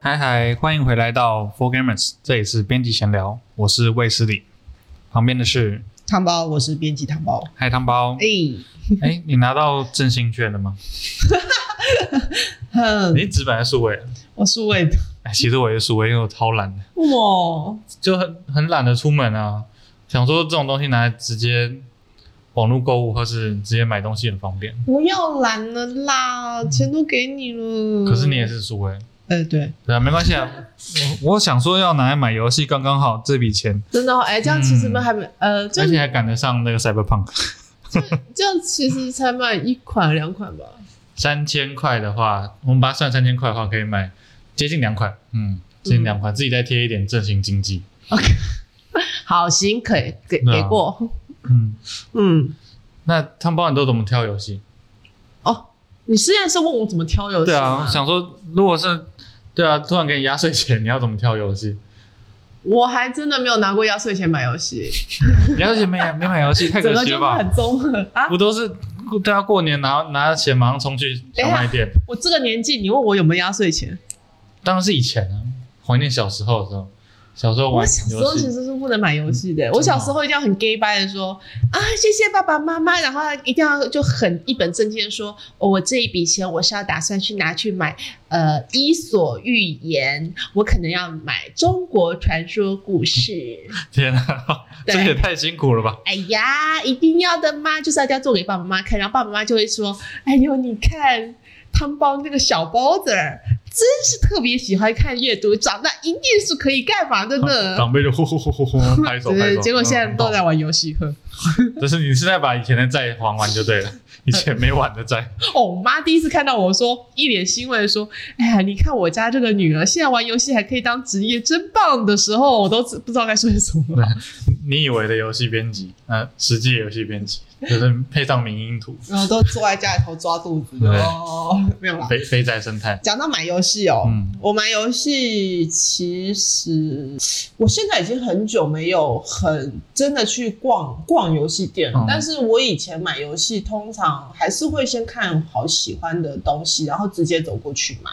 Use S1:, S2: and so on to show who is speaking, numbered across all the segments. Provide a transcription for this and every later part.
S1: 嗨嗨，欢迎回来到 Four Gamers，这里是编辑闲聊，我是卫斯理，旁边的是
S2: 汤包，我是编辑汤包。
S1: 嗨汤包。
S2: 哎、
S1: 哎、你拿到振兴券了吗？
S2: 哼，
S1: 你纸本还是数位？
S2: 我是魏的。
S1: 哎，其实我也是数位，因为我超懒的，
S2: 哇，
S1: 就很很懒得出门啊。想说这种东西拿来直接网络购物，或是直接买东西很方便。
S2: 不要懒了啦，钱都给你了。
S1: 可是你也，是数位，
S2: 哎、对，
S1: 对啊，没关系啊。 我我想说要拿来买游戏，刚刚好这笔钱，
S2: 真的、哦，哎、这样其实没还没，呃，
S1: 嗯
S2: 这
S1: 而且
S2: 样
S1: 还赶得上那个 Cyberpunk。
S2: 这样其实才买一款两款吧。
S1: 三千块的话，我们把它算三千块的话，可以买接近两款，嗯，接近两款，自己再贴一点振兴经济，
S2: 好，行，可以给
S1: 对啊
S2: 给过。
S1: 嗯。
S2: 嗯，
S1: 那汤包你都怎么挑游戏？
S2: 哦，你现在是问我怎么挑游戏
S1: 对
S2: 吗？
S1: 啊，想说如果是对啊，突然给你压岁钱，你要怎么挑游 戏？
S2: 我还真的没有拿过压岁钱买游戏，
S1: 压岁钱没没买游戏太
S2: 整
S1: 可
S2: 个
S1: 惜了
S2: 就是
S1: 吧？
S2: 很综合啊。
S1: 不都是大家过年拿拿钱马上冲去小卖店？
S2: 我这个年纪，你问我有没有压岁钱？
S1: 当然是以前啊，怀念小时候的时候，小时候玩
S2: 我小时候
S1: 游
S2: 其
S1: 戏，嗯
S2: 实是不能买游戏的，我小
S1: 哦
S2: 时候一定要很 gay 掰的说啊，谢谢爸爸妈妈，然后一定要就很一本正经的说，哦我这一笔钱我是要打算去拿去买呃《伊索寓言》，我可能要买中国传说故事。
S1: 天啊，
S2: 对
S1: 这也太辛苦了吧？
S2: 哎呀，一定要的吗？就是要这样做给爸爸妈妈看，然后爸爸妈妈就会说，哎呦，你看汤包那个小包子儿。真是特别喜欢看阅读，长大一定是可以干嘛的 呢？
S1: 长辈就呼呼呼呼呼拍手拍
S2: 呃对，
S1: 手，
S2: 结果现在都
S1: 嗯
S2: 在玩游戏呵。
S1: 懂就是你是在把以前的债还完就对了，以前没还的债，
S2: 哦，我妈第一次看到我说，一脸欣慰地说：“哎呀，你看我家这个女儿现在玩游戏还可以当职业，真棒！”的时候，我都不知道该说些什么。
S1: 你以为的游戏编辑，呃，实际的游戏编辑就是配上明音图，
S2: 然后都坐在家里头抓肚子
S1: 对
S2: 哦，没有啦。
S1: 肥肥宅生态。
S2: 讲到买游戏哦，
S1: 嗯
S2: 我买游戏其实我现在已经很久没有很真的去逛逛游戏店了，
S1: 嗯
S2: 但是我以前买游戏通常还是会先看好喜欢的东西，然后直接走过去买。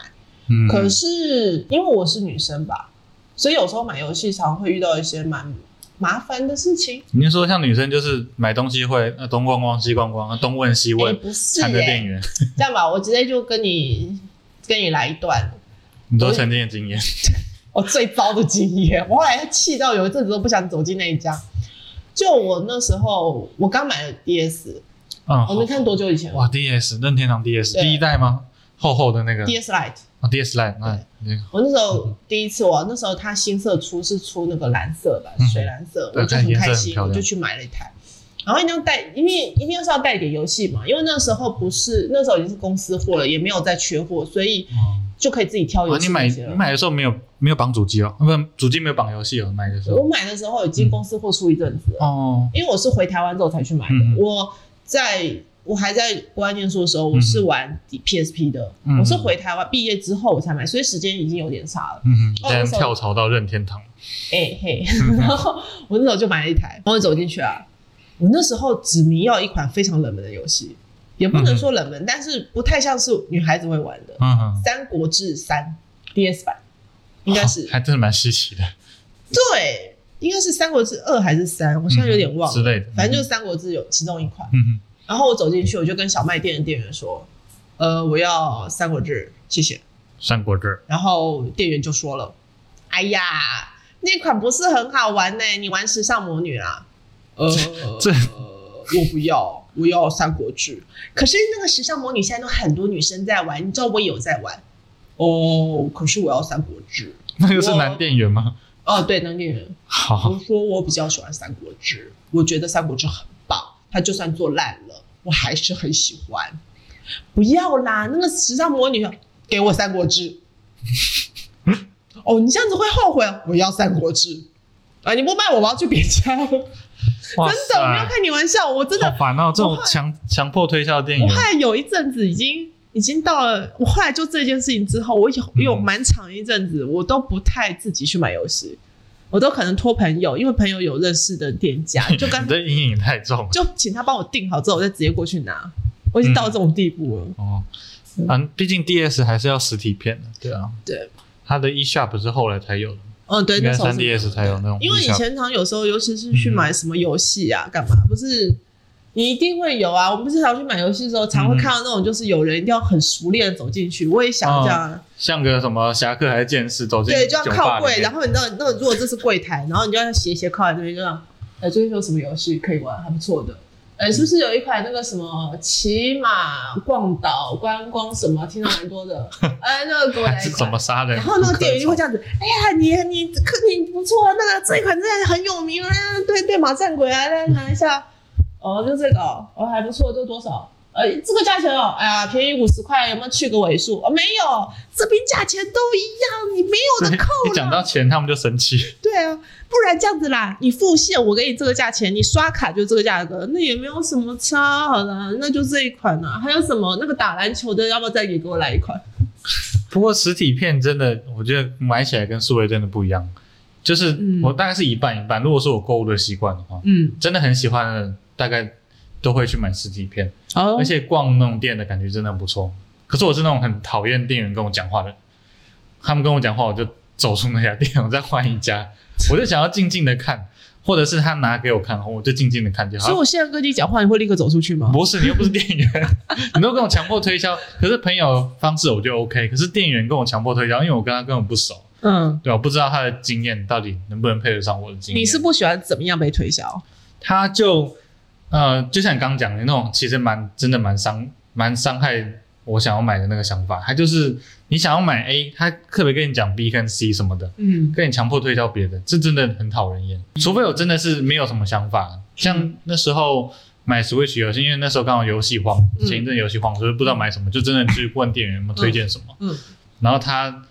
S1: 嗯，
S2: 可是因为我是女生吧，所以有时候买游戏常会遇到一些蛮麻烦的事情。
S1: 你是说像女生就是买东西会呃东逛逛西逛逛，东问西
S2: 也
S1: 问，
S2: 不是
S1: 缠着店
S2: 哎、
S1: 员，
S2: 这样吧，我直接就跟你跟你来一段
S1: 你都曾经的经验。
S2: 我最糟的经验。我后来气到有一阵子都不想走进那一家。就我那时候，我刚买了 DS，
S1: 嗯，
S2: 我没看多久以前
S1: 哇，DS 任天堂 DS
S2: 对
S1: 第一代吗？厚厚的那个
S2: ，DS Lite。
S1: 啊，DS Line，那你
S2: 我那时候第一次玩，那时候它新色出是出那个蓝色版
S1: 嗯，
S2: 水蓝色，
S1: 对
S2: 我就很
S1: 看起来颜
S2: 开
S1: 色很
S2: 心，
S1: 漂亮
S2: 我就去买了一台。然后一定要带，因为一定要是要带一点游戏嘛，因为那时候不是那时候已经是公司货了，也没有再缺货，所以
S1: 哦
S2: 就可以自己挑
S1: 啊，
S2: 游
S1: 你
S2: 戏
S1: 买
S2: 那些
S1: 你
S2: 了。
S1: 买的时候没有没有绑主机哦，不，主机没有绑游戏哦，买的时
S2: 我
S1: 候。
S2: 买的时候已经公司货出一阵子了，
S1: 嗯哦，
S2: 因为我是回台湾之后才去买的。
S1: 嗯嗯
S2: 我在我还在国外念书的时候，我是玩 PSP 的，
S1: 嗯
S2: 我是回台湾毕业之后我才买，所以时间已经有点差了。
S1: 嗯，
S2: 哦
S1: 现在
S2: 我手
S1: 跳槽到任天堂，
S2: 哎、嘿，然后我那时候就买了一台，然后走进去啊，我那时候只迷要一款非常冷门的游戏，也不能说冷门，但是不太像是女孩子会玩的 《
S1: 嗯哼，
S2: 三国志三》DS 版，应该是、
S1: 哦还真的蛮稀奇的，
S2: 对，应该是《三国志二》还是三，我现在有点忘
S1: 嗯之
S2: 了，
S1: 类的，
S2: 反正就是《三国志》有其中一款。
S1: 嗯
S2: 然后我走进去，我就跟小卖店的店员说：“呃，我要《三国志》，谢谢。”
S1: 哼，三国志，
S2: 然后店员就说了：“哎呀，那款不是很好玩呢、你玩时尚魔女啦。”呃，
S1: 这
S2: 我不要，我要三国志。可是那个时尚魔女现在都很多女生在玩，你知道我也有在玩。哦，可是我要三国志。
S1: 那个是男店员吗？
S2: 哦，对，那店员，
S1: 好
S2: 我，说我比较喜欢三国志，我觉得三国志很棒，它就算做烂了，我还是很喜欢。不要啦，那个时尚魔女给我三国 志。哦，你这样子会后悔，我要三国志。啊！你不卖我，我要去别家了。真
S1: 哇
S2: 的，我没有
S1: 塞，
S2: 开你玩笑，我真的
S1: 好，烦哦，这种
S2: 我后来
S1: 强强迫推销的店
S2: 我
S1: 员，
S2: 后来有一阵子已经已经到了，我后来就这件事情之后，我有
S1: 嗯
S2: 有蛮长一阵子，我都不太自己去买游戏，我都可能托朋友，因为朋友有认识的店家，就跟
S1: 你的阴影太重了。
S2: 就请他帮我订好之后，我再直接过去拿。我已经到
S1: 嗯
S2: 这种地步了。
S1: 哦，嗯，毕竟 DS 还是要实体片的，对啊，
S2: 对，
S1: 它的 e shop 是后来才有的，
S2: 嗯，对，
S1: 应
S2: 那
S1: 该
S2: 时候是
S1: 3DS 才有那种嗯 eShop。
S2: 因为以前常有时候，尤其是去买什么游戏啊，干嘛不是？你一定会有啊！我们不是常去买游戏的时候，
S1: 嗯
S2: 常会看到那种，就是有人一定要很熟练的走进去。我也
S1: 哦
S2: 想这样啊，
S1: 像个什么侠客还是剑士走进
S2: 对，就要
S1: 酒吧
S2: 靠
S1: 里面
S2: 柜，然后你知道，那如果这是柜台，然后你就要斜斜靠在这边，就让呃，最近有什么游戏可以玩，还不错的。呃，是不是有一款那个什么骑马逛岛观光什么？听到蛮 多的。哎，那个给我
S1: 还
S2: 来一
S1: 是怎
S2: 款
S1: 么。杀人？
S2: 然后那个店员就会这样子，哎呀，你你可你不错，那个这一款真的很有名啊，对对，马战鬼啊，来拿一下，哦，就这个哦，哦还不错，这多少？呃，这个价钱哦，哎呀，便宜五十块，有没有去个尾数？哦，没有，这边价钱都一样，你没有的扣
S1: 对一讲到
S2: 了。
S1: 钱，他们就生气。
S2: 对啊，不然这样子啦，你付现我给你这个价钱，你刷卡就这个价格，那也没有什么差，好啦，那就这一款啦、还有什么那个打篮球的，要不要再也给我来一款？
S1: 不过实体片真的，我觉得买起来跟数位真的不一样。就是
S2: 嗯
S1: 我大概是一半一半，如果是我购物的习惯的话，
S2: 嗯，
S1: 真的很喜欢的，大概都会去买实体片，
S2: 哦
S1: 而且逛那种店的感觉真的不错。可是我是那种很讨厌店员跟我讲话的，他们跟我讲话我就走出那家店，我再换一家，我就想要静静的看，或者是他拿给我看，我就静静的看就好
S2: 所以。我现在跟你讲话，你会立刻走出去吗？
S1: 不是，你又不是店员，你都跟我强迫推销。可是朋友方式我就 OK，可是店员跟我强迫推销，因为我跟他根本不熟，
S2: 嗯，
S1: 对吧？我不知道他的经验到底能不能配得上我的经验。
S2: 你是不喜欢怎么样被推销？
S1: 他就呃，就像你刚刚讲的那种，其实蛮真的蛮伤蛮伤害我想要买的那个想法。他就是你想要买 A，他特别跟你讲 B 跟 C 什么的，
S2: 嗯，
S1: 跟你强迫推销别的，这真的很讨人厌。除非我真的是没有什么想法，像那时候买 Switch 游戏，因为那时候刚好游戏荒，
S2: 嗯
S1: 前一阵游戏荒，所以不知道买什么，就真的去问店员有没有推荐什么。
S2: 嗯嗯
S1: 然后他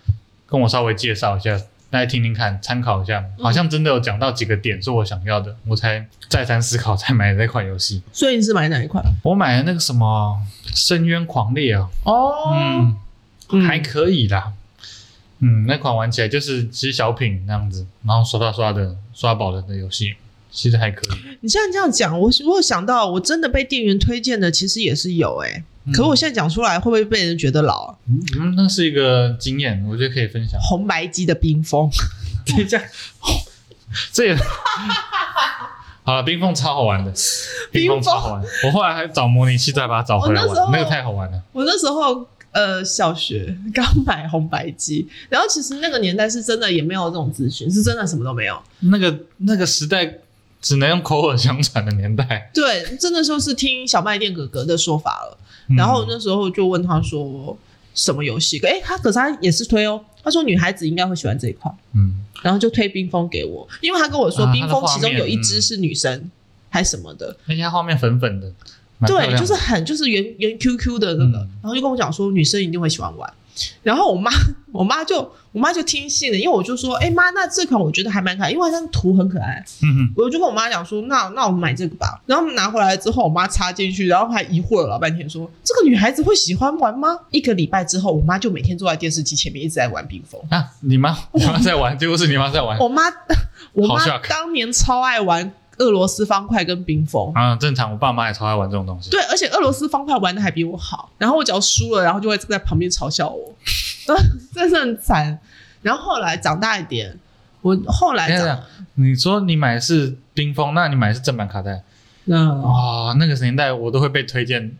S1: 跟我稍微介绍一下，大家听听看，参考一下，好像真的有讲到几个点是我想要的，我才再三思考再买那款游戏。
S2: 所以你是买哪一款？
S1: 我买的那个什么《深渊狂猎》啊，
S2: 哦，
S1: 嗯，还可以啦。嗯，那款玩起来就是其实小品那样子，然后刷刷刷的刷宝的的游戏，其实还可以。
S2: 你现在这样讲，我我有想到，我真的被店员推荐的，其实也是有哎、
S1: 嗯
S2: 可我现在讲出来，会不会被人觉得老啊？
S1: 嗯，那是一个经验，我觉得可以分享。
S2: 红白机的冰 封，
S1: 这样，这也 好了。冰缝超好玩的，冰
S2: 冰
S1: 缝
S2: 缝
S1: 超好玩。我后来还找模拟器再把它找回来
S2: 我那时
S1: 玩
S2: 候，
S1: 那个太好玩了。
S2: 我那时候呃小学刚买红白机，然后其实那个年代是真的也没有这种资讯，是真的什么都没有。
S1: 那个那个时代只能用口耳相传的年代。
S2: 对，真的就是听小卖店哥哥的说法了。
S1: 嗯
S2: 然后那时候就问他说什么游戏，哎、他可是他也是推哦，他说女孩子应该会喜欢这一款，
S1: 嗯，
S2: 然后就推冰封给我，因为他跟我说
S1: 啊
S2: 冰封其
S1: 他的
S2: 中
S1: 画面嗯
S2: 有一只是女生、还什么的，
S1: 那哎家画面粉粉的，蛮漂
S2: 对，
S1: 亮的
S2: 就是很就是圆圆 QQ 的那个，
S1: 嗯
S2: 然后就跟我讲说女生一定会喜欢玩，然后我妈我妈就我妈就听信了，因为我就说，哎、妈，那这款我觉得还蛮可爱，因为好像图很可爱，
S1: 嗯
S2: 我就跟我妈讲说，那那我们买这个吧。然后拿回来之后，我妈插进去，然后还疑惑了老半天说，这个女孩子会喜欢玩吗？一个礼拜之后，我妈就每天坐在电视机前面一直在玩冰封。
S1: 哼啊，你妈你妈在玩，结果是你妈在玩
S2: 我妈， 我
S1: 好
S2: 妈
S1: shock
S2: 当年超爱玩俄罗斯方块跟冰封。
S1: 啊，正常。我爸妈也超爱玩这种东西。
S2: 对，而且俄罗斯方块玩的还比我好，然后我只要输了，然后就会在旁边嘲笑我， 真是很惨。然后后来长大一点，我后来
S1: 等一
S2: 长
S1: 下，你说你买的是冰封，那你买的是正版卡带
S2: 嗯，
S1: 哦，那个年代我都会被推荐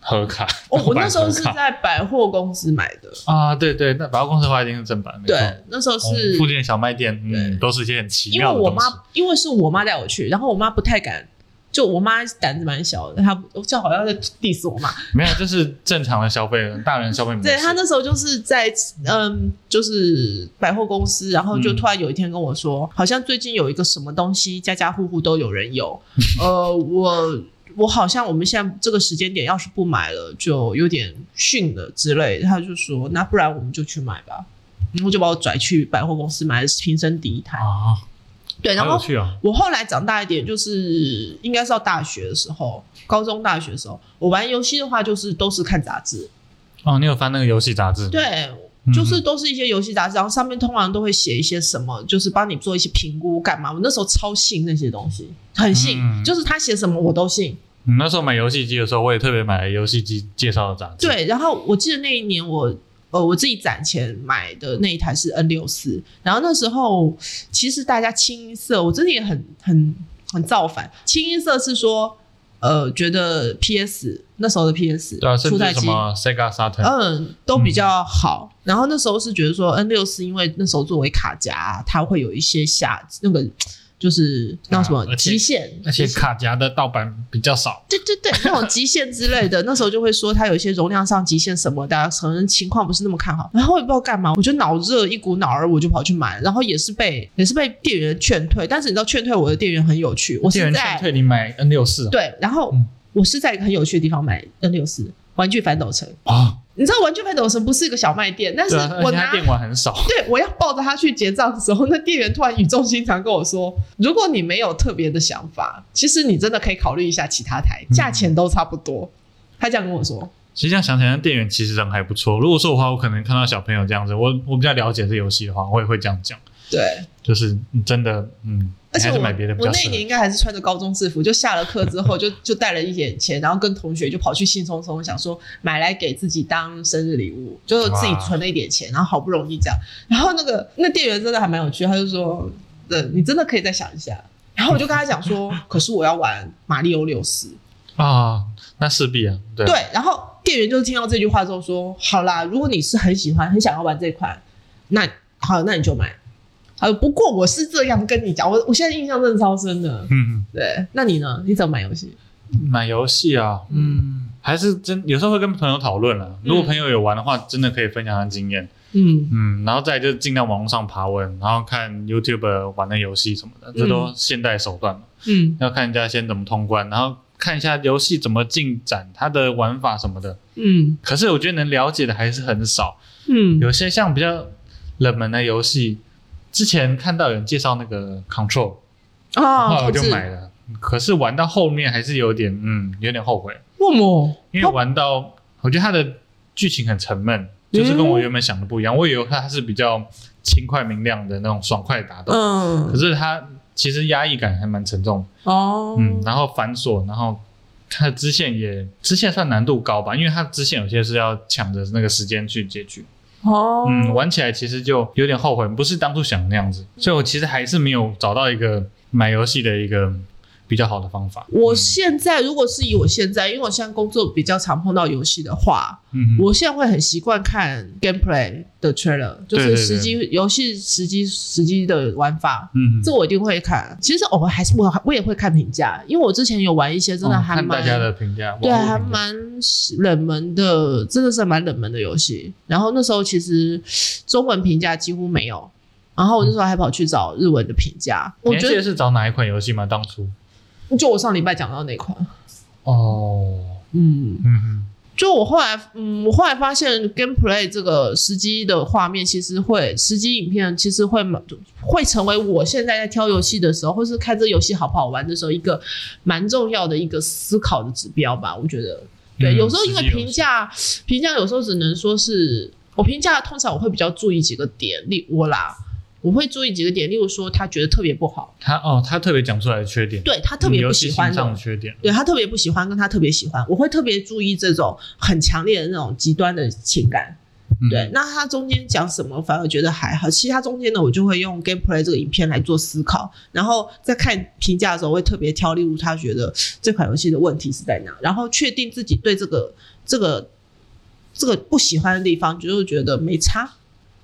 S1: 盒卡。
S2: 哦我我那时候
S1: 正
S2: 是
S1: 版盒卡
S2: 在百货公司买的，
S1: 啊，对对，那百货公司的话一定是正版，没错。
S2: 对，那时候
S1: 哦
S2: 是
S1: 附近的小卖店，
S2: 对
S1: 嗯，都是一些很奇
S2: 因为
S1: 妙的
S2: 我
S1: 东
S2: 妈
S1: 西。，
S2: 因为是我妈带我去，然后我妈不太敢，就我妈胆子蛮小的，她不就好像在 diss 我妈。
S1: 没有，就是正常的消费，大人消费模式。
S2: 对她那时候就是在嗯，就是百货公司，然后就
S1: 嗯
S2: 突然有一天跟我说，好像最近有一个什么东西，家家户户都有人 有，呃，我。我好像我们现在这个时间点，要是不买了，就有点逊了之类的。她就说，那不然我们就去买吧，然后就把我拽去百货公司买了平生第一台。
S1: 啊，
S2: 对，然
S1: 好
S2: 后
S1: 有趣哦。
S2: 我后来长大一点，就是应该是到大学的时候，高中、大学的时候，我玩游戏的话，就是都是看杂志。
S1: 哦，你有翻那个游戏杂志？，
S2: 对，就是都是一些游戏杂志，然后上面通常都会写一些什么，就是帮你做一些评估干嘛。我那时候超信那些东西，很信，
S1: 嗯
S2: 就是他写什么我都信。
S1: 嗯那时候买游戏机的时候，我也特别买了游戏机介绍的杂志。，
S2: 对，然后我记得那一年我呃我自己攒钱买的那一台是 N 六四，然后那时候其实大家清一色，我真的也很很很造反。清一色是说呃觉得 PS 那时候的 PS
S1: 对啊，甚
S2: 初代
S1: 至什
S2: 机。
S1: 么 Sega Saturn，、
S2: 嗯，都比较好。然后那时候是觉得说 N 六四，因为那时候作为卡夹，它会有一些下那个就是那什么
S1: 啊而且
S2: 极限，
S1: 而且卡夹的盗版比较少。
S2: 对对对，那种极限之类的，那时候就会说它有一些容量上极限什么的，啊可能情况不是那么看好。然后我也不知道干嘛，我就脑热，一股脑儿我就跑去买，然后也是被也是被店员劝退。但是你知道劝退我的店员很有趣，我
S1: 店
S2: 是
S1: 员
S2: 在
S1: 劝退你买 N 六四
S2: 对，然后
S1: 嗯
S2: 我是在一个很有趣的地方买 N 六四玩具反斗城。
S1: 啊，
S2: 你知道玩具反斗城不是一个小卖店，但是
S1: 对啊，而
S2: 我
S1: 且它
S2: 拿。
S1: 电玩很少。
S2: 对，我要抱着他去结账的时候，那店员突然语重心长跟我说：“如果你没有特别的想法，其实你真的可以考虑一下其他
S1: 嗯
S2: 台，价钱都差不多。他这样跟我说，
S1: 其实这样想起来，店员其实人还不错。如果说的话，我可能看到小朋友这样子，我我比较了解这游戏的话，我也会这样讲，
S2: 对，就是
S1: 嗯真的，嗯，
S2: 而
S1: 你
S2: 且
S1: 还
S2: 我
S1: 是买别的比
S2: 我
S1: 较
S2: 那
S1: 适
S2: 一
S1: 合
S2: 年。应该还是穿着高中制服，就下了课之后就就带了一点钱，然后跟同学就跑去兴冲冲，想说买来给自己当生日礼物，就是自己
S1: 哇
S2: 存了一点钱，然后好不容易这样，然后那个那店员真的还蛮有趣，他就说，对你真的可以再想一下。然后我就跟他讲说，可是我要玩马里奥六四。
S1: 啊，那势必啊，对
S2: 对，然后店员就是听到这句话之后说：“好啦，如果你是很喜欢、很想要玩这款，那好，那你就买。”好，不过我是这样跟你讲，我我现在印象真的超深的。
S1: 嗯，
S2: 对，那你呢？你怎么买游戏？
S1: 买游戏啊，嗯，还是真有时候会跟朋友讨论了。如果朋友有玩的话，真的可以分享他的经验，
S2: 嗯，
S1: 嗯，然后再来就是尽量网络上爬文，然后看 YouTube 玩的游戏什么的，这都现代手段嘛，
S2: 嗯
S1: 要看人家先怎么通关，然后看一下游戏怎么进展，它的玩法什么的。
S2: 嗯
S1: 可是我觉得能了解的还是很少，
S2: 嗯
S1: 有些像比较冷门的游戏，之前看到有人介绍那个 Control，然
S2: 啊，
S1: 后我就
S2: 控制
S1: 买了，可是玩到后面还是有点，嗯，有点后悔。
S2: 为么？
S1: 因为玩到我觉得它的剧情很沉闷，就是跟我原本想的不一样。我以为它是比较轻快明亮的那种爽快打斗，可
S2: 嗯
S1: 是它其实压抑感还蛮沉重。
S2: 哦
S1: 嗯，然后繁琐，然后它的支线也支线算难度高吧，因为它支线有些是要抢着那个时间去解决。
S2: 哦
S1: 嗯，玩起来其实就有点后悔，不是当初想的那样子，所以我其实还是没有找到一个买游戏的一个比较好的方法。
S2: 我现在如果是以我现在，因为我现在工作比较常碰到游戏的话，
S1: 嗯，
S2: 我现在会很习惯看 gameplay 的 trailer，就
S1: 对对
S2: 是实际游戏实际实际的玩法，
S1: 嗯，
S2: 这我一定会看。其实偶尔还是我我也会看评价，因为我之前有玩一些真的
S1: 哦
S2: 还
S1: 看大
S2: 蛮、
S1: 家的评价，
S2: 对啊
S1: 网络
S2: 还
S1: 评价
S2: 蛮冷门的，真的是蛮冷门的游戏。然后那时候其实中文评价几乎没有，然后我那时候还跑去找日文的评价，我
S1: 你还
S2: 觉
S1: 记得
S2: 得
S1: 是找哪一款游戏吗？当初
S2: 就我上礼拜讲到那款，
S1: 哦，
S2: 嗯。
S1: 嗯哼，
S2: 就我后来，嗯，我后来发现 gameplay 这个实机的画面，其实会实机影片，其实会蛮会成为我现在在挑游戏的时候，或是看这游戏好不好玩的时候，一个蛮重要的一个思考的指标吧。我觉得，对，
S1: 嗯
S2: 有时候因
S1: 实
S2: 为
S1: 际游戏
S2: 评价，评价有时候只能说是我评价，通常我会比较注意几个点，例我啦，我会注意几个点，例如说他觉得特别不好，
S1: 他哦，他特别讲出来的缺点，
S2: 对啊他特别
S1: 嗯
S2: 不
S1: 游戏
S2: 喜
S1: 性
S2: 欢的
S1: 上的缺点，
S2: 对他特别不喜欢，跟他特别喜欢，我会特别注意这种很强烈的那种极端的情感。
S1: 嗯
S2: 对，，那他中间讲什么，反而觉得还好。其他中间呢，我就会用 gameplay 这个影片来做思考，然后在看评价的时候会特别挑，例如他觉得这款游戏的问题是在哪，然后确定自己对这个这个这个不喜欢的地方，就是觉得没差，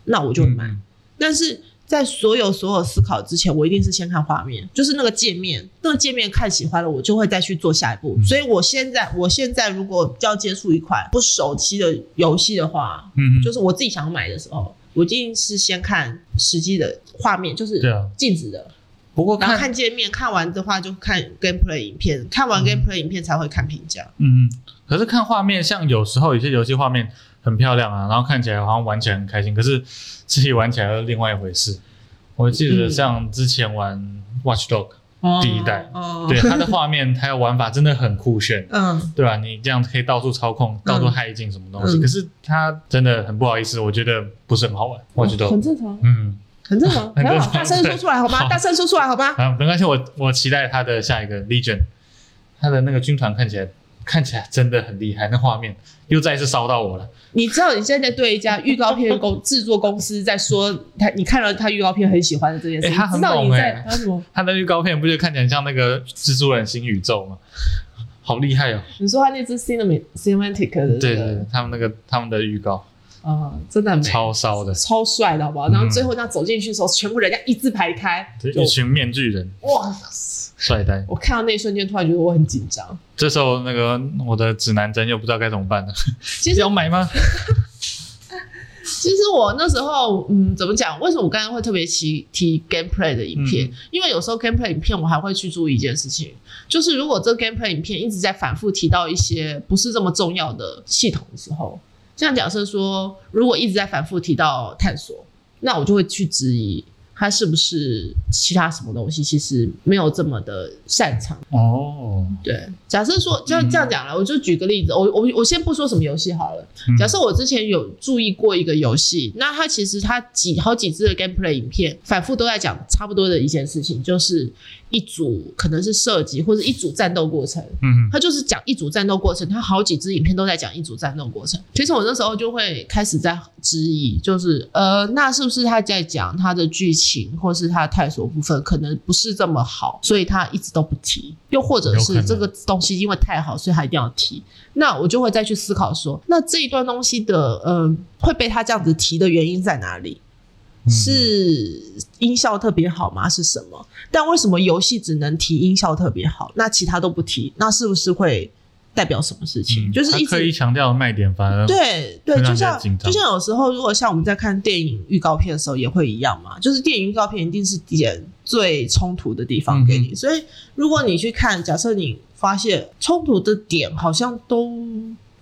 S2: 那我就会买。
S1: 嗯
S2: 但是在所有所有思考之前，我一定是先看画面，就是那个界面，那个界面看喜欢了，我就会再去做下一步。
S1: 嗯
S2: 所以我现在，我现在如果要接触一款不熟悉的游戏的话，
S1: 嗯哼，
S2: 就是我自己想买的时候，我一定是先看实际的画面，就是
S1: 对啊
S2: 静止的，
S1: 不过
S2: 然后
S1: 看，
S2: 看界面，看完的话就看 gameplay 影片，看
S1: 嗯
S2: 完 gameplay 影片才会看评价。
S1: 嗯，可是看画面，像有时候有些游戏画面很漂亮啊，然后看起来好像玩起来很开心，可是自己玩起来又另外一回事。我记得
S2: 嗯
S1: 像之前玩 Watch Dog，第一代
S2: 哦，
S1: 对，啊它的画面还有玩法真的很酷炫，
S2: 嗯，
S1: 对吧、你这样可以到处操控，到处害进什么东西。
S2: 嗯
S1: 可是它真的很不好意思，我觉得不是很好玩。我觉得，
S2: 哦很正常，
S1: 嗯，
S2: 很正 常，
S1: 很正常
S2: 很好，大声说出来好吗？
S1: 好
S2: 大声说出来好吗？
S1: 啊，没关系，我我期待它的下一个 Legion，它的那个军团看起来看起来真的很厉害，那画面又再次烧到我了。
S2: 你知道你现在对一家预告片公制作公司在说他，你看了他预告片很喜欢的这件事，
S1: 欸他
S2: 你
S1: 很
S2: 知道你
S1: 猛
S2: 在
S1: 欸
S2: 他什么？
S1: 它的预告片不就看起来像那个蜘蛛人新宇宙吗？好厉害哦！
S2: 你说他那只 cinema cinematic 的、那个，
S1: 对对，他们那个他们的预告
S2: 啊、真的很美
S1: 超烧的，
S2: 超帅的好不好？然后
S1: 嗯
S2: 最后那走进去的时候，全部人家一字排开，
S1: 对
S2: 就
S1: 一群面具人
S2: 哇！
S1: 帅呆。
S2: 我看到那一瞬间，突然觉得我很紧张。
S1: 这时候那个我的指南针又不知道该怎么办了，
S2: 其实
S1: 要买吗？
S2: 其实我那时候，嗯，怎么讲？为什么我刚刚会特别提提 gameplay 的影片？
S1: 嗯
S2: 因为有时候 gameplay 影片，我还会去注意一件事情，就是如果这 gameplay 影片一直在反复提到一些不是这么重要的系统的时候，像假设说，如果一直在反复提到探索，那我就会去质疑它是不是其他什么东西其实没有这么的擅长。
S1: 哦，
S2: 对，假设说就这样讲了，我就举个例子，我我我先不说什么游戏好了。
S1: 嗯
S2: 假设我之前有注意过一个游戏，那它其实它几好几支的 gameplay 影片反复都在讲差不多的一件事情，就是一组可能是射击或者一组战斗过程，
S1: 嗯
S2: 它就是讲一组战斗过程，它好几支影片都在讲一组战斗过程。其实我那时候就会开始在质疑，就是呃，那是不是他在讲他的剧情或是他的探索部分可能不是这么好，所以他一直都不提，又或者
S1: 有可
S2: 是
S1: 能
S2: 这个东西因为太好，所以他一定要提。那我就会再去思考说，那这一段东西的呃会被他这样子提的原因在哪里？
S1: 嗯
S2: 是音效特别好吗？是什么？但为什么游戏只能提音效特别好，那其他都不提？那是不是会代表什么事情？
S1: 嗯
S2: 就是一
S1: 它刻
S2: 直
S1: 意强调的卖点，反而
S2: 对对
S1: 会，让
S2: 就
S1: 人家
S2: 像
S1: 紧
S2: 就
S1: 张
S2: 像有时候，如果像我们在看电影预告片的时候，也会一样嘛。就是电影预告片一定是点最冲突的地方
S1: 嗯
S2: 给你，所以如果你去看，假设你发现冲突的点好像都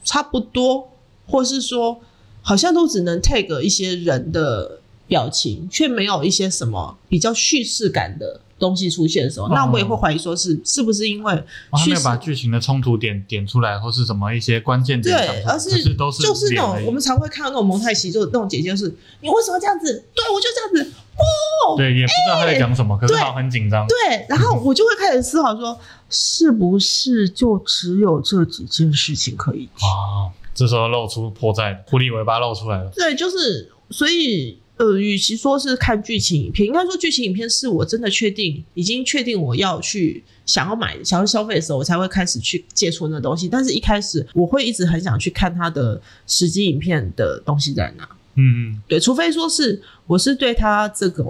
S2: 差不多，或是说好像都只能 take 一些人的表情，却没有一些什么比较叙事感的东西出现的时候，那我也会怀疑说是是不是因为
S1: 哦他
S2: 叙
S1: 没有
S2: 事
S1: 把剧情的冲突点点出来，或是什么一些关键点讲出
S2: 对，
S1: 来，
S2: 而
S1: 只是都是
S2: 就是那
S1: 脸而
S2: 种
S1: 已
S2: 我们常会看到那种蒙太奇，就是那种姐姐，就是你为什么这样子？对我就这样子，哦，
S1: 对，也不知道他在讲什么，可是
S2: 对
S1: 好像很紧张。
S2: 哎对，然后我就会开始思考说，是不是就只有这几件事情可以提？
S1: 哇，这时候露出破绽，狐狸尾巴露出来了。
S2: 对，就是所以。呃，与其说是看剧情影片，应该说剧情影片是我真的确定，已经确定我要去想要买、想要消费的时候，我才会开始去接触那东西。但是一开始，我会一直很想去看它的实际影片的东西在哪。
S1: 嗯，
S2: 对，除非说是我是对他这个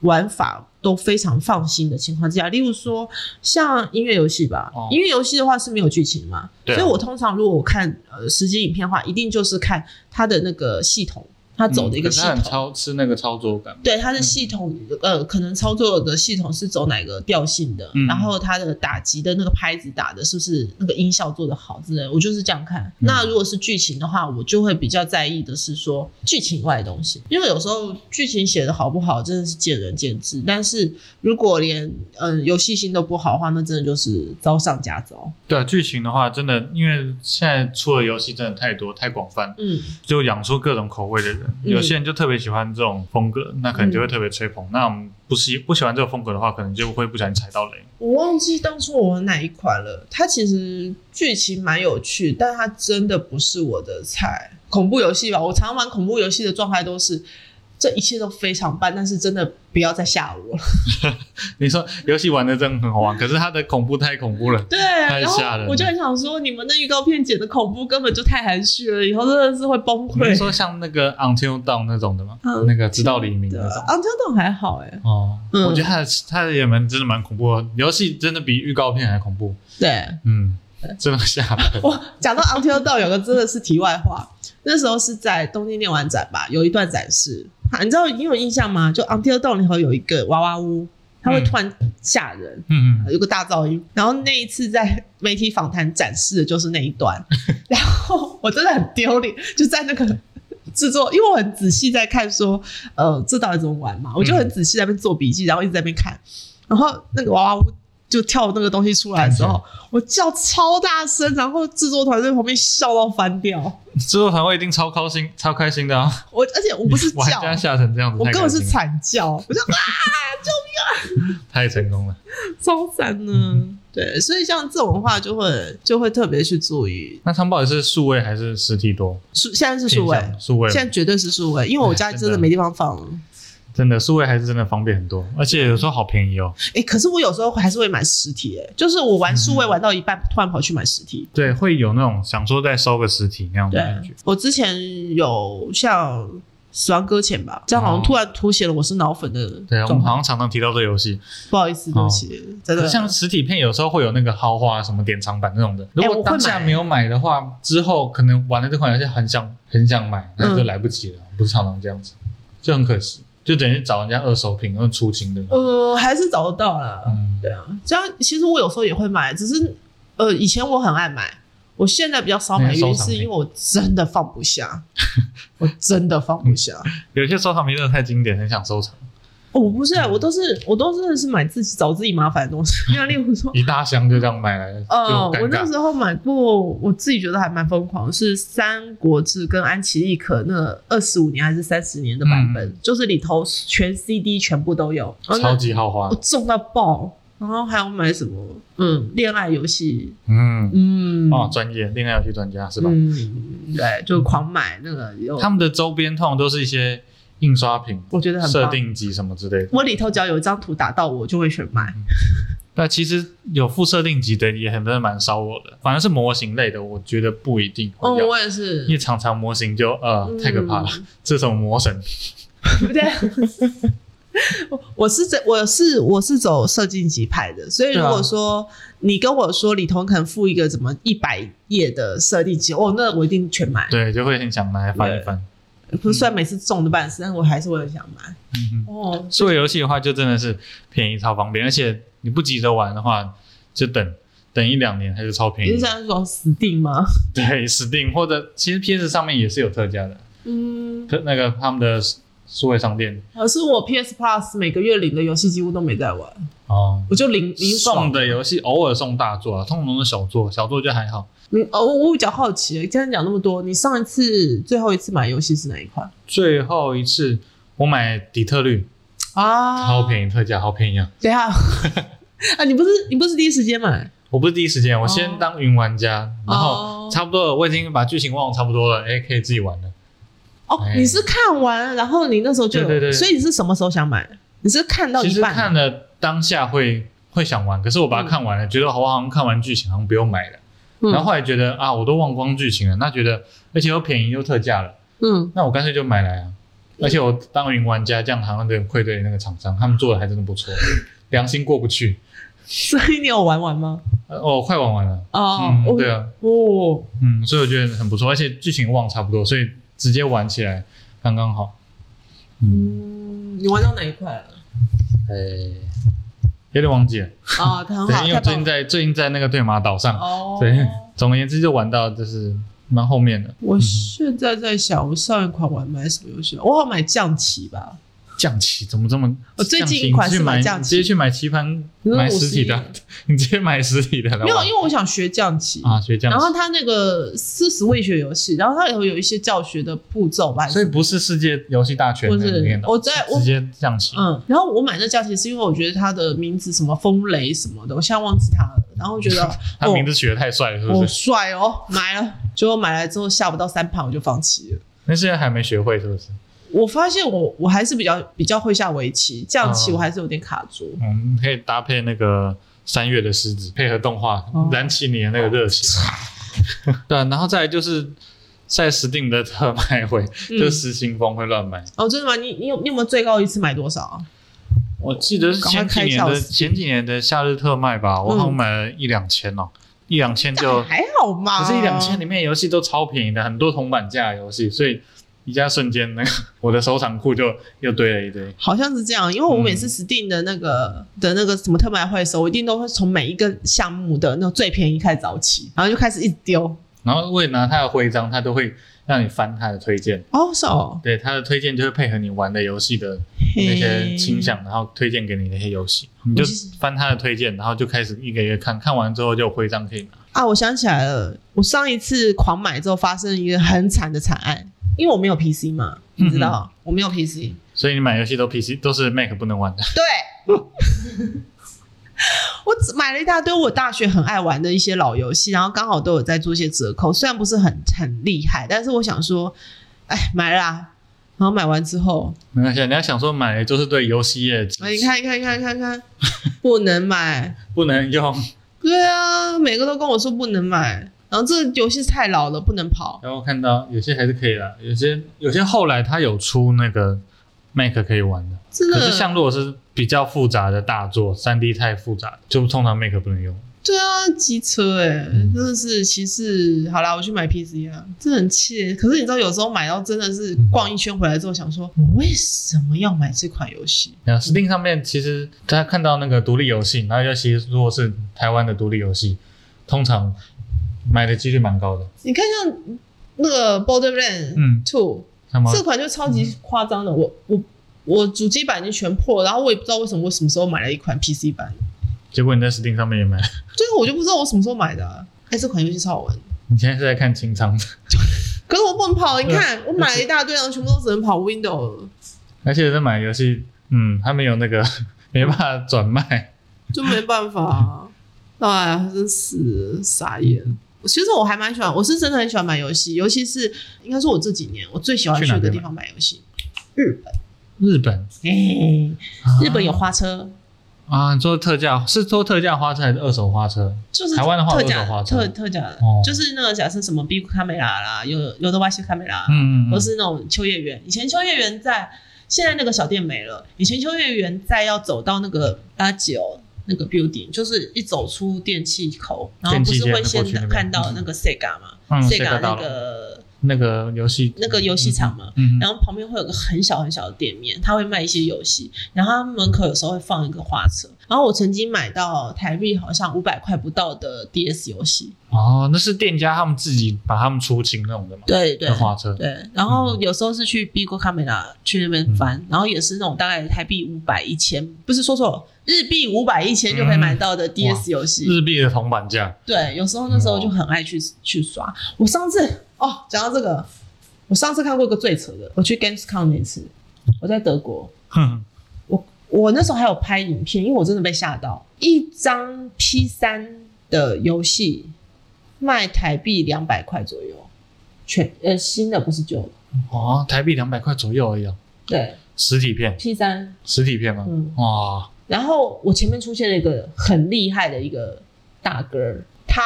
S2: 玩法都非常放心的情况之下，例如说像音乐游戏吧，
S1: 哦
S2: 音乐游戏的话是没有剧情嘛，
S1: 对啊
S2: 所以我通常如果我看呃实际影片的话，一定就是看它的那个系统，它
S1: 嗯他
S2: 走的一个系统。
S1: 很操吃那个操作感。
S2: 对它的系统，呃，可能操作的系统是走哪个调性的，
S1: 嗯
S2: 然后它的打击的那个拍子打的是不是那个音效做的好之类的，我就是这样看。那如果是剧情的话，我就会比较在意的是说剧情以外的东西，因为有时候剧情写的好不好真的是见仁见智，但是如果连嗯游戏性都不好的话，那真的就是糟上加糟。
S1: 对啊，剧情的话，真的因为现在出的游戏真的太多太广泛，
S2: 嗯，
S1: 就养出各种口味的人。有些人就特别喜欢这种风格，那可能就会特别吹
S2: 嗯
S1: 捧。那我们不喜不喜欢这个风格的话，可能就会不小心踩到雷。
S2: 我忘记当初我玩哪一款了。它其实剧情蛮有趣，但它真的不是我的菜。恐怖游戏吧，我常玩恐怖游戏的状态都是，这一切都非常棒，但是真的不要再吓我了。
S1: 你说游戏玩的真的很好玩，可是它的恐怖太恐怖了。
S2: 对，
S1: 太
S2: 然后
S1: 吓人了
S2: 我就很想说，你们的预告片剪的恐怖根本就太含蓄了，以后真的是会崩
S1: 你是
S2: 溃。
S1: 说像那个 Until Dawn 那种的吗？
S2: 嗯
S1: 那个直到黎明那种。
S2: 啊，这种还好哎、
S1: 哦，
S2: 嗯
S1: 我觉得他的他的也蛮真的蛮恐怖的，游戏真的比预告片还恐怖。
S2: 对，
S1: 嗯，真的吓 人。
S2: 我讲到 Until Dawn 有个真的是题外话，那时候是在东京电玩展吧，有一段展示，啊你知道你有印象吗？就 Until Dawn 里头有一个娃娃屋，它会突然吓人。
S1: 嗯，
S2: 有个大噪音，然后那一次在媒体访谈展示的就是那一 段，然后我真的很丢脸，就在那个制作，因为我很仔细在看说，
S1: 嗯
S2: 呃，这到底怎么玩嘛，我就很仔细在那边做笔记，然后一直在那边看，然后那个娃娃屋就跳那个东西出来的时候，我叫超大声，然后制作团队旁边笑到翻掉。
S1: 制作团位一定超高兴、超开心的啊！
S2: 我而且我 不是
S1: 玩
S2: 叫，
S1: 家吓成这样子，
S2: 我
S1: 太
S2: 根
S1: 开
S2: 本是
S1: 心了，
S2: 惨叫，我就啊，
S1: 太成功了。
S2: 超惨呢。 对，所以像这种的话，就会就会特别去注意。
S1: 那他们到底是数位还是实体多？
S2: 数现在是数位
S1: 偏，向数位
S2: 现在绝对是数位，因为我家
S1: 哎
S2: 真的
S1: 真的
S2: 没地方放。
S1: 真的数位还是真的方便很多，而且有时候好便宜哦。
S2: 哎、可是我有时候还是会买实体、哎，就是我玩数
S1: 嗯
S2: 位玩到一半，突然跑去买实体。
S1: 对，会有那种想说再收个实体那样的
S2: 对
S1: 感觉。，
S2: 我之前有像《死亡搁浅》吧，这样好像
S1: 哦
S2: 突然凸显了我是脑粉的
S1: 对啊，我
S2: 状
S1: 们
S2: 态。
S1: 好像常常提到这游戏，
S2: 不好意思，对不起，真
S1: 可
S2: 的。
S1: 像实体片有时候会有那个豪华什么典藏版那种的。如
S2: 哎我会
S1: 果当下
S2: 买
S1: 没有买的话，之后可能玩了这款游戏很想很想买，那就
S2: 嗯
S1: 来不及了。不是常常这样子，就很可惜，就等于找人家二手品，然后出清的。
S2: 呃，还是找得到啦。
S1: 嗯，
S2: 对啊，这样其实我有时候也会买，只是呃，以前我很爱买，我现在比较少买，
S1: 那些
S2: 原因
S1: 收藏
S2: 是
S1: 品
S2: 因为我真的放不下， 我真的放不下。
S1: 有些收藏品真的太经典，很想收藏，
S2: 哦，我不是、
S1: 嗯
S2: 啊，我都是我都真的是买自己找自己麻烦的 东西。像例如说，
S1: 一大箱就这样买来，就
S2: 呃，我
S1: 尴
S2: 那
S1: 尬。
S2: 时候买过，我自己觉得还蛮疯狂，是《三国志》跟安琪丽可那二十五年还是三十年的版本，
S1: 嗯
S2: 就是里头全 CD 全部都有，然后
S1: 超
S2: 那
S1: 级豪华
S2: 我，中到爆。然后还有买什么？嗯，恋爱游戏，
S1: 嗯，
S2: 嗯，
S1: 哦，专业恋爱游戏专家是吧？
S2: 嗯，对，就狂买那个有，
S1: 他们的周边通常都是一些印刷品、
S2: 我觉得很
S1: 设
S2: 棒。
S1: 定集什么之类的。
S2: 我里头只要有一张图打到我，我就会选买。
S1: 嗯那其实有附设定级的也很真的蛮烧我的，反而是模型类的，我觉得不一定
S2: 哦，
S1: 会要，
S2: 我也是
S1: 因，为常常模型就呃
S2: 嗯
S1: 太可怕了，这种魔神
S2: 不 对。啊我我是这我是我是走设计级派的，所以如
S1: 对啊
S2: 果说你跟我说里头可能附一个怎么一百页的设定集，哦，那我一定全买。
S1: 对就会很想拿来翻一翻。
S2: 不是虽然每次中的半死，但是我还是会很想买。
S1: 嗯哼
S2: 哦，
S1: 数位游戏的话，就真的是便宜超方便，而且你不急着玩的话，就等等一两年它就超便
S2: 你是
S1: 宜。
S2: 想说死定吗？
S1: 对，Steam 或者其实 PS 上面也是有特价的，
S2: 嗯，
S1: 可那个他们的数位商店
S2: 可是我 PS Plus 每个月领的游戏几乎都没在玩，
S1: 哦，
S2: 我就零零
S1: 送的游戏偶尔送大作啊，通常都是小作，小作就还好。
S2: 你哦，我比较好奇，今天讲那么多，你上一次最后一次买游戏是哪一款
S1: 最后一次我买底特律，
S2: 啊？
S1: 好便
S2: 宜。
S1: 宜，特价好便宜啊！
S2: 等 一下啊，你不是你不是第一时间买？
S1: 我不是第一时间，我先当云玩家，然
S2: 哦
S1: 后差不多了，我已经把剧情忘得差不多了，哎，可以自己玩了。
S2: 哦，
S1: 哎
S2: 你是看完，然后你那时候就有
S1: 对对对
S2: 所以你是什么时候想买？你是看到
S1: 其
S2: 一
S1: 实
S2: 半
S1: 看了当下会会想玩，可是我把它看完了，觉得我好像看完剧情好像不用买了，
S2: 嗯
S1: 然后后来觉得啊，我都忘光剧情了，那觉得而且又便宜又特价了，
S2: 嗯，
S1: 那我干脆就买来啊。而且我当云玩家，这样好像有点愧对那个厂商，他们做的还真的不错， 良心过不去。
S2: 所以你有玩完吗？
S1: 呃哦，快玩完了，
S2: 哦，
S1: 嗯，
S2: 哦
S1: 对啊，
S2: 哦，
S1: 嗯，所以我觉得很不错，而且剧情忘差不多，所以直接玩起来刚刚好。嗯，
S2: 嗯，你玩到哪一块了？
S1: 哎、有点忘记了，
S2: 啊， 很好，
S1: 对，因为
S2: 太
S1: 我最
S2: 棒
S1: 近
S2: 了。
S1: 在最近在那个对马岛上，
S2: 哦，
S1: 对，总而言之就玩到就是蛮后面的
S2: 我现在在想，我上一款玩买什么游戏？我好像买降旗吧，
S1: 降旗，怎么这么？
S2: 我哦最
S1: 降
S2: 近
S1: 旗
S2: 一款
S1: 你
S2: 是
S1: 去
S2: 买
S1: 买
S2: 降旗
S1: 你直接去买棋盘，
S2: 你说
S1: 买
S2: 51
S1: 实体的， 你直接买实体的来
S2: 没有，
S1: 玩
S2: 因为我想学降旗
S1: 嗯啊，学降
S2: 然后
S1: 旗，
S2: 它那个是 Switch 游戏，然后它里头有一些教学的步骤吧，
S1: 所以不是世界游戏大全
S2: 不
S1: 那里
S2: 是
S1: 面的，
S2: 我在我
S1: 直接降旗。
S2: 嗯，然后我买那教旗是因为我觉得它的名字什么风雷什么的，我现在忘记它了，然后觉得
S1: 他名字取得太帅了，是
S2: 哦
S1: 不
S2: 哦
S1: 是？
S2: 帅哦，买了，结果买来之后下不到三盘我就放弃了。
S1: 那现在还没学会，是不是？
S2: 我发现我我还是比较比较会下围棋，降棋
S1: 哦
S2: 我还是有点卡住。
S1: 我们可以搭配那个三月的狮子，配合动画
S2: 哦
S1: 燃起你的那个热 情。对，啊然后再来就是在 Steam 的特卖会，
S2: 嗯
S1: 就失心疯会乱买。
S2: 哦，真的吗？你你有你有没有最高一次买多少啊？
S1: 我记得是前几
S2: 赶
S1: 年
S2: 快开
S1: 的
S2: 小 Steam
S1: 前几年的夏日特卖吧，我好像
S2: 嗯
S1: 买了一两千哦，一两千就
S2: 还好啊 嘛，
S1: 可是，一两千里面游戏都超便宜的，很多铜板价的游戏，所以一下瞬间那个我的收藏库就又堆了一堆。
S2: 好像是这样，因为我每次
S1: 嗯
S2: Steam 的那个、的那个什么特卖会的时候，我一定都会从每一个项目的那个最便宜开始找起，然后就开始一直丢，
S1: 然后为了拿他的徽章，他都会让你翻他的推荐，
S2: 哦，是哦，
S1: 对他的推荐就会配合你玩的游戏的那些倾向，然后推荐给你那些游戏，你就翻他的推荐，然后就开始一个一个看，看完之后就有徽章可以拿。
S2: 啊！我想起来了，我上一次狂买之后发生一个很惨的惨案，因为我没有 PC 嘛，你知
S1: 嗯
S2: 道，我没有 PC，
S1: 所以你买游戏都 PC 都是 Mac 不能玩的，
S2: 对， 我只买了一大堆我大学很爱玩的一些老游戏，然后刚好都有在做一些折扣，虽然不是很很厉害，但是我想说，哎，买了啊、然后买完之后，
S1: 没关系。你要想说买了就是对游戏业的支持
S2: 哎，你看，你看，你看，你看，你看，不能买，
S1: 不能用，
S2: 对啊，每个都跟我说不能买，然后这游戏太老了，不能跑，
S1: 然后看到有些还是可以啦，有些有些后来它有出那个 Mac 可以玩的，
S2: 真
S1: 可
S2: 的
S1: 是，像如果是比较复杂的大作，3 D 太复杂，就通常 Mac 不能用。
S2: 对啊，机车哎、
S1: 嗯
S2: 真的是歧视。好啦，我去买 PC 啊，这很气。可是你知道，有时候买到真的是
S1: 嗯
S2: 逛一圈回来之后，想说，我为什么要买这款游戏？
S1: 那 Steam 上面其实大家看到那个独立游戏，然后尤其如果是台湾的独立游戏，通常买的几率蛮高的。
S2: 你看像那个 Borderland
S1: 嗯，
S2: Two、
S1: 什么
S2: 这款就超级夸张的，我我我主机版已经全破了，然后我也不知道为什么我什么时候买了一款 PC 版，
S1: 结果你在 Steam 上面也买？
S2: 最后我就不知道我什么时候买的、啊。哎、这款游戏超好玩，
S1: 你现在是在看清仓的，
S2: 可是我不能跑，你看
S1: 啊
S2: 我买了一大堆，然后全部都只能跑 Windows 了
S1: 而且在买游戏，嗯，他没有那个 没办法转卖。
S2: 就没办法、 啊。哎呀，真是傻眼。其实我还蛮喜欢，我是真的很喜欢买游戏，尤其是应该说我这几年我最喜欢
S1: 去
S2: 去
S1: 哪
S2: 的
S1: 边
S2: 地方买游戏，日本。
S1: 日本，
S2: 哎、日本有花车，
S1: 啊，做特价是做特价花车还是二手花车？
S2: 就是
S1: 台湾的话
S2: 特
S1: 都是
S2: 价
S1: 花车
S2: 特特价的，
S1: 哦
S2: 就是那个假设什么 B 卡梅拉啦，有有的巴西卡梅拉，
S1: 嗯，嗯嗯
S2: 或是那种秋叶原。以前秋叶原在，现在那个小店没了。以前秋叶原在要走到那个阿九那个 building，就是一走出电器口，然后不是会先看到那个 Sega 嘛、
S1: 嗯
S2: s e g a
S1: Sega
S2: 那
S1: 大楼
S2: 个
S1: 那个游戏
S2: 那个游戏场嘛。
S1: 嗯，
S2: 然后旁边会有个很小很小的店面，他会卖一些游戏，然后他门口有时候会放一个花车。然后我曾经买到台币好像五百块不到的 DS 游戏，
S1: 哦，那是店家他们自己把他们出清那种的嗯嘛，
S2: 对对
S1: 那，花车，
S2: 对，然后有时候是去 B 国卡美拉去那边翻，
S1: 嗯
S2: 然后也是那种大概台币五百一千，不是说错了，日币五百一千就可以买到的 DS 游戏。
S1: 日币的铜板价，
S2: 对，有时候那时候就很爱去、去刷。我上次哦，讲到这个，我上次看过一个最扯的，我去 Gamescom 那次，我在德国，
S1: 哼，
S2: 我我那时候还有拍影片，因为我真的被吓到，一张 P 三的游戏卖台币两百块左右，全呃新的不是旧的，
S1: 哦，台币两百块左右而已哦，
S2: 对。
S1: 实体片，
S2: P 三，
S1: 实体片吗？
S2: 嗯，
S1: 哇，
S2: 然后我前面出现了一个很厉害的一个大哥儿，他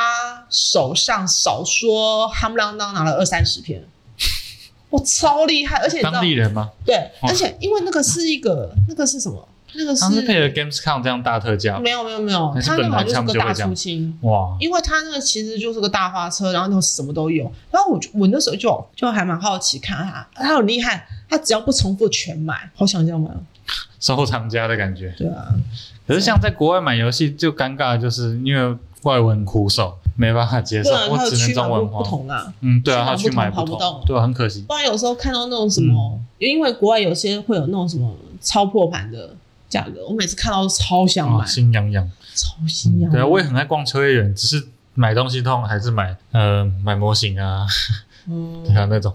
S2: 手上少说夯不啷当拿了二三十 片，我超厉害，而且你知道
S1: 当地，人吗？
S2: 对，
S1: 哦
S2: 而且因为那个是一个那个是什么？那个
S1: 他
S2: 是嗯
S1: 们是配合 Gamescom 这样大特价，
S2: 没有没有没有
S1: 还，是
S2: 他那
S1: 本
S2: 好
S1: 来他
S2: 像就
S1: 们
S2: 是个
S1: 就
S2: 大
S1: 会这样
S2: 出清。
S1: 哇，
S2: 因为他那个其实就是个大花车，然后那什么都有。然后我就我那时候就就还蛮好奇看他，他很厉害，他只要不重复全买，好想这样买哦。
S1: 收藏家的感觉。
S2: 对啊，
S1: 可是像在国外买游戏就尴尬，就是因为外文苦手，没办法接受
S2: 对啊，，
S1: 我
S2: 还有
S1: 只能
S2: 区
S1: 中
S2: 码不
S1: 文
S2: 不
S1: 化。
S2: 同啦。
S1: 嗯，对啊，他
S2: 区
S1: 去
S2: 码
S1: 买
S2: 不同跑不
S1: 同
S2: 动，
S1: 对啊，很可惜。
S2: 不然有时候看到那种什
S1: 嗯
S2: 么，因为国外有些会有那种什么超破盘的价格，我每次看到都超想买，
S1: 啊，心痒痒。
S2: 超心痒。
S1: 对啊，我也很爱逛秋叶原，只是买东西通常还是买呃买模型啊，对啊
S2: 嗯，
S1: 那种。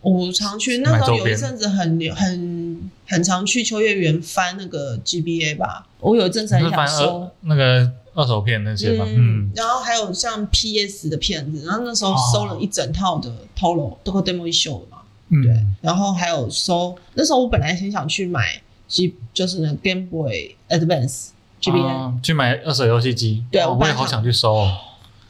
S2: 我常去那
S1: 买
S2: 时
S1: 周
S2: 候有一
S1: 边
S2: 阵子很流很很常去秋叶原翻那个 GBA 吧，我有一阵子
S1: 你
S2: 很
S1: 是
S2: 想
S1: 翻
S2: 收
S1: 二。那个二手片那些吗？
S2: 嗯
S1: 嗯，，
S2: 然后还有像 PS 的片子，然后那时候
S1: 哦
S2: 收了一整套的 Tolo，都和 Demo 一秀嘛，
S1: 嗯
S2: 对，然后还有收，那时候我本来很想去买 G，就是那个 Game Boy Advance GBA，、
S1: 啊去买二手游戏机，
S2: 对啊
S1: 哦
S2: 我
S1: 我
S2: 本
S1: 也
S2: 来
S1: 好
S2: 想
S1: 想去收哦。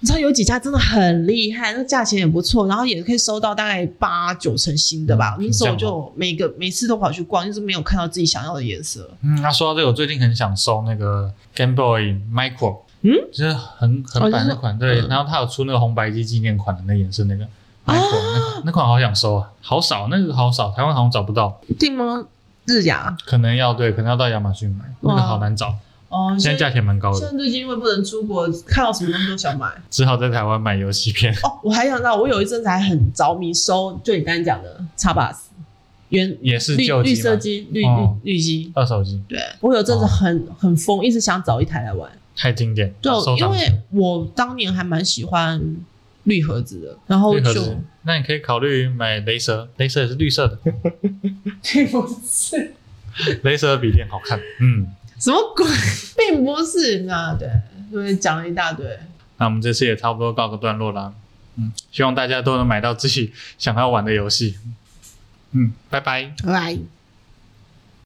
S2: 你知道有几家真的很厉害，那价钱也不错，然后也可以收到大概八九成新的吧。
S1: 嗯
S2: 那时候我
S1: 这样
S2: 就每个每次都跑去逛，就是没有看到自己想要的颜色。
S1: 嗯，那说到这个，我最近很想收那个 Game Boy Micro，
S2: 嗯，
S1: 就是很很
S2: 哦就是
S1: 版那款，对，
S2: 嗯啊
S1: 然后它有出那个红白机纪念款的那颜色那个 Micro，、那款那款好想收啊，好少，那个好少，台湾好像找不到，
S2: 定吗？日牙
S1: 可能要对，可能要到亚马逊买，那个
S2: 哇
S1: 好难找。
S2: 哦，
S1: 现在价钱蛮高
S2: 现
S1: 的，
S2: 在最近因为不能出国，看到什么东西都想买。
S1: 只好在台湾买游戏片。
S2: 哦，我还想到，我有一阵子还很着迷收，就你刚才讲的叉把斯，原
S1: 也是
S2: 绿
S1: 旧
S2: 绿
S1: 机
S2: 色
S1: 吗？
S2: 机，绿
S1: 哦
S2: 绿绿机。
S1: 二手机
S2: 对，我有阵子
S1: 哦
S2: 很很疯，一直想找一台来玩。
S1: 太经典，
S2: 对
S1: 收，
S2: 因
S1: 藏
S2: 为我当年还蛮喜欢绿盒子的，然后
S1: 绿盒
S2: 就
S1: 子。那你可以考虑买雷蛇，雷蛇也是绿色 的，
S2: 不是
S1: 雷蛇比电好看。嗯，
S2: 什么鬼，并不是那对，就是讲了一大堆。
S1: 那我们这次也差不多告个段落啦。嗯，希望大家都能买到自己想要玩的游戏。嗯，拜拜。
S3: 来。